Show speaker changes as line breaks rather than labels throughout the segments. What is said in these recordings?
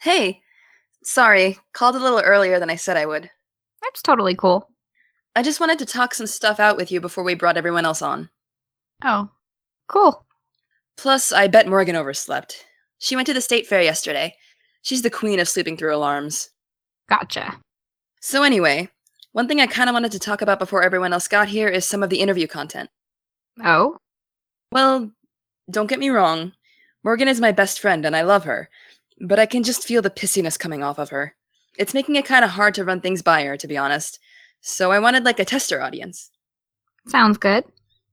Hey, sorry, called a little earlier than I said I would.
That's totally cool.
I just wanted to talk some stuff out with you before we brought everyone else on.
Oh, cool.
Plus, I bet Morgan overslept. She went to the state fair yesterday. She's the queen of sleeping through alarms.
Gotcha.
So, anyway, one thing I kind of wanted to talk about before everyone else got here is some of the interview content.
Oh,
Well, don't get me wrong. Morgan is my best friend and I love her, but I can just feel the pissiness coming off of her. It's making it kind of hard to run things by her, to be honest. So I wanted like a tester audience.
sounds good.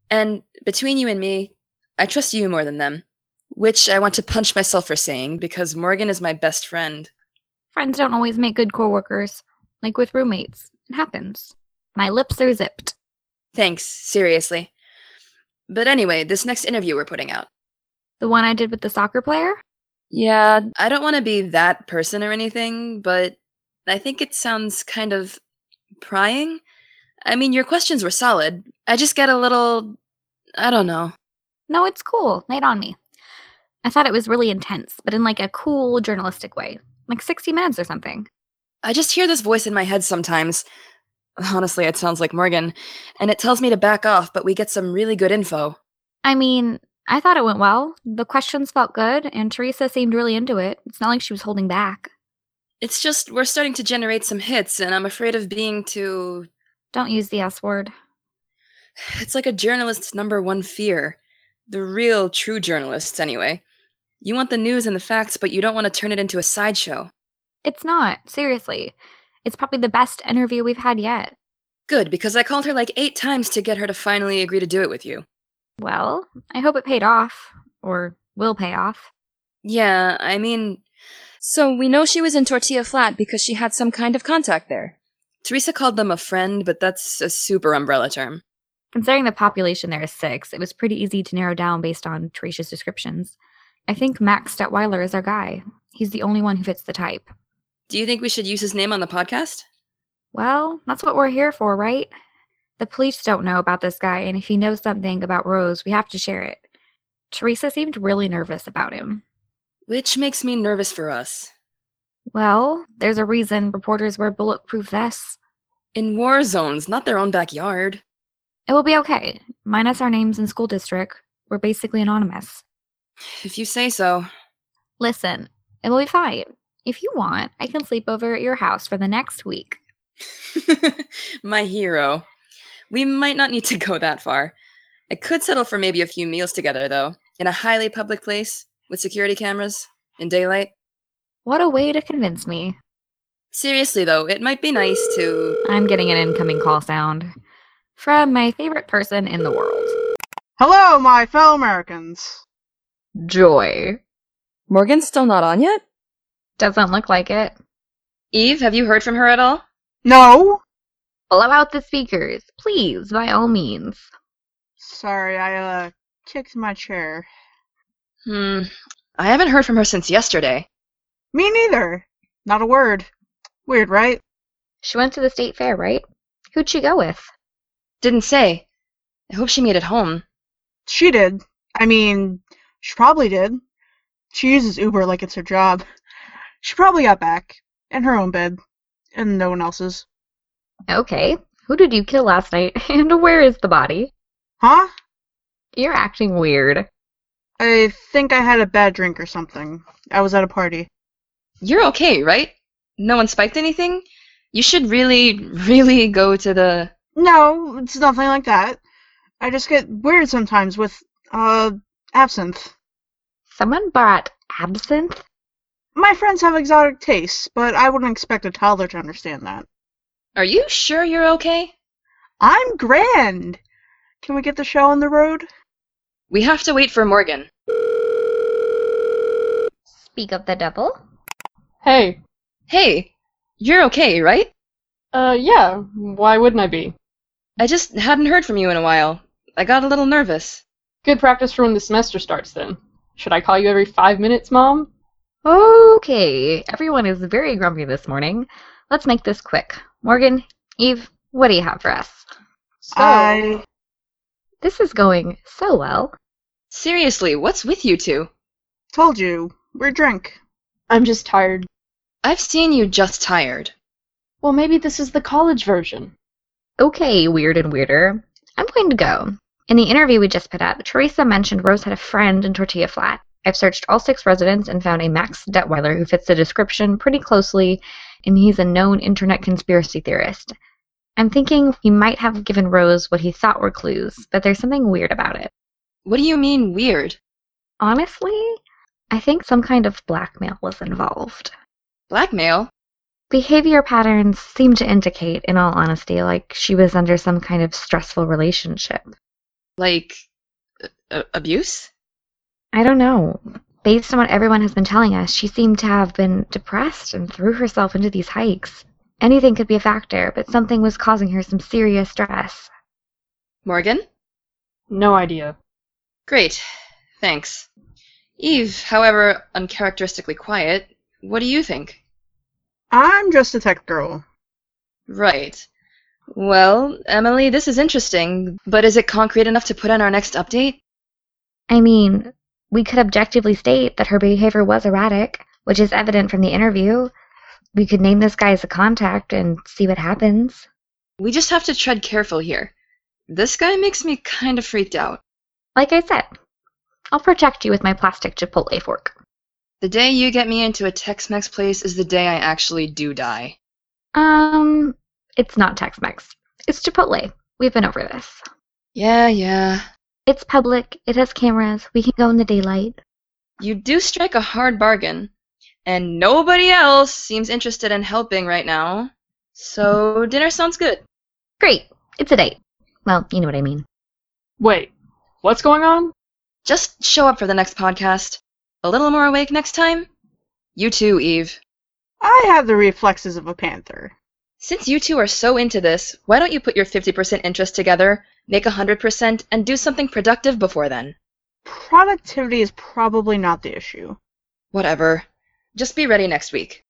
And between you and me, I trust you more than them, which I want to punch myself for saying because Morgan is my best friend.
Friends don't always make good coworkers, like with roommates. It happens. My lips are zipped.
Thanks, seriously. But anyway, this next interview we're putting out.
The one I did with the soccer player?
Yeah, I don't want to be that person or anything, but I think it sounds kind of prying. I mean, your questions were solid. I just get a little. I don't know.
No, it's cool. Night on me. I thought it was really intense, but in like a cool journalistic way, like 60 minutes or something.
I just hear this voice in my head sometimes. Honestly, it sounds like Morgan, and it tells me to back off, but we get some really good info.
I mean, I thought it went well. The questions felt good, and Teresa seemed really into it. It's not like she was holding back.
It's just we're starting to generate some hits, and I'm afraid of being too.
Don't use the S word.
It's like a journalist's number one fear. The real, true journalists, anyway. You want the news and the facts, but you don't want to turn it into a sideshow.
It's not, seriously. It's probably the best interview we've had yet.
Good, because I called her like eight times to get her to finally agree to do it with you.
Well, I hope it paid off, or will pay off.
Yeah, I mean. So we know she was in Tortilla Flat because she had some kind of contact there. Teresa called them a friend, but that's a super umbrella term.
Considering the population there is six, it was pretty easy to narrow down based on Teresa's descriptions. I think Max Stetweiler is our guy. He's the only one who fits the type.
Do you think we should use his name on the podcast?
Well, that's what we're here for, right? The police don't know about this guy, and if he knows something about Rose, we have to share it. Teresa seemed really nervous about him.
Which makes me nervous for us.
Well, there's a reason reporters wear bulletproof vests.
In war zones, not their own backyard.
It will be okay. Minus our names and school district, we're basically anonymous.
If you say so.
Listen, it will be fine. If you want, I can sleep over at your house for the next week.
My hero. We might not need to go that far. I could settle for maybe a few meals together, though, in a highly public place, with security cameras, in daylight.
What a way to convince me.
Seriously, though, it might be nice to.
I'm getting an incoming call sound from my favorite person in the world,
Hello, my fellow Americans.
Joy.
Morgan's still not on yet?
Doesn't look like it.
Eve, have you heard from her at all?
No.
Blow out the speakers, please, by all means.
Sorry, I uh kicked my chair.
Hmm. I haven't heard from her since yesterday.
Me neither. Not a word. Weird, right?
She went to the state fair, right? Who'd she go with?
Didn't say. I hope she made it home.
She did. I mean, she probably did. She uses Uber like it's her job. She probably got back in her own bed and no one else's.
Okay, who did you kill last night, and where is the body?
Huh?
You're acting weird.
I think I had a bad drink or something. I was at a party.
You're okay, right? No one spiked anything? You should really, really go to the.
No, it's nothing like that. I just get weird sometimes with uh absinthe.
Someone brought absinthe?
My friends have exotic tastes, but I wouldn't expect a toddler to understand that.
Are you sure you're okay?
I'm grand. Can we get the show on the road?
We have to wait for Morgan.
Speak of the devil?
Hey,
Hey, you're okay, right?
uh, yeah, why wouldn't I be?
I just hadn't heard from you in a while. I got a little nervous.
Good practice for when the semester starts, then. Should I call you every five minutes, Mom?
Okay, everyone is very grumpy this morning. Let's make this quick. Morgan, Eve, what do you have for us?
So,
I
This is going so well.
Seriously, what's with you two?
told you, we're drink.
I'm just tired.
I've seen you just tired.
Well, maybe this is the college version.
Okay, weird and weirder. I'm going to go. In the interview we just put up, Teresa mentioned Rose had a friend in Tortilla Flat. I've searched all six residents and found a Max Detweiler who fits the description pretty closely, and he's a known internet conspiracy theorist. I'm thinking he might have given Rose what he thought were clues, but there's something weird about it.
What do you mean weird?
Honestly, I think some kind of blackmail was involved.
Blackmail?
Behavior patterns seem to indicate, in all honesty, like she was under some kind of stressful relationship.
Like uh, uh, abuse?
I don't know. Based on what everyone has been telling us, she seemed to have been depressed and threw herself into these hikes. Anything could be a factor, but something was causing her some serious stress.
Morgan?
No idea.
Great. Thanks. Eve, however uncharacteristically quiet, what do you think?
I'm just a tech girl.
Right. Well, Emily, this is interesting, but is it concrete enough to put in our next update?
I mean, we could objectively state that her behavior was erratic, which is evident from the interview. We could name this guy as a contact and see what happens.
We just have to tread careful here. This guy makes me kind of freaked out.
Like I said, I'll protect you with my plastic Chipotle fork.
The day you get me into a Tex Mex place is the day I actually do die.
Um, it's not Tex Mex, it's Chipotle. We've been over this.
Yeah, yeah.
It's public, it has cameras, we can go in the daylight.
You do strike a hard bargain, and nobody else seems interested in helping right now. So, dinner sounds good.
Great, it's a date. Well, you know what I mean.
Wait, what's going on?
Just show up for the next podcast. A little more awake next time? You too, Eve.
I have the reflexes of a panther.
Since you two are so into this, why don't you put your 50% interest together, make 100%, and do something productive before then?
Productivity is probably not the issue.
Whatever. Just be ready next week.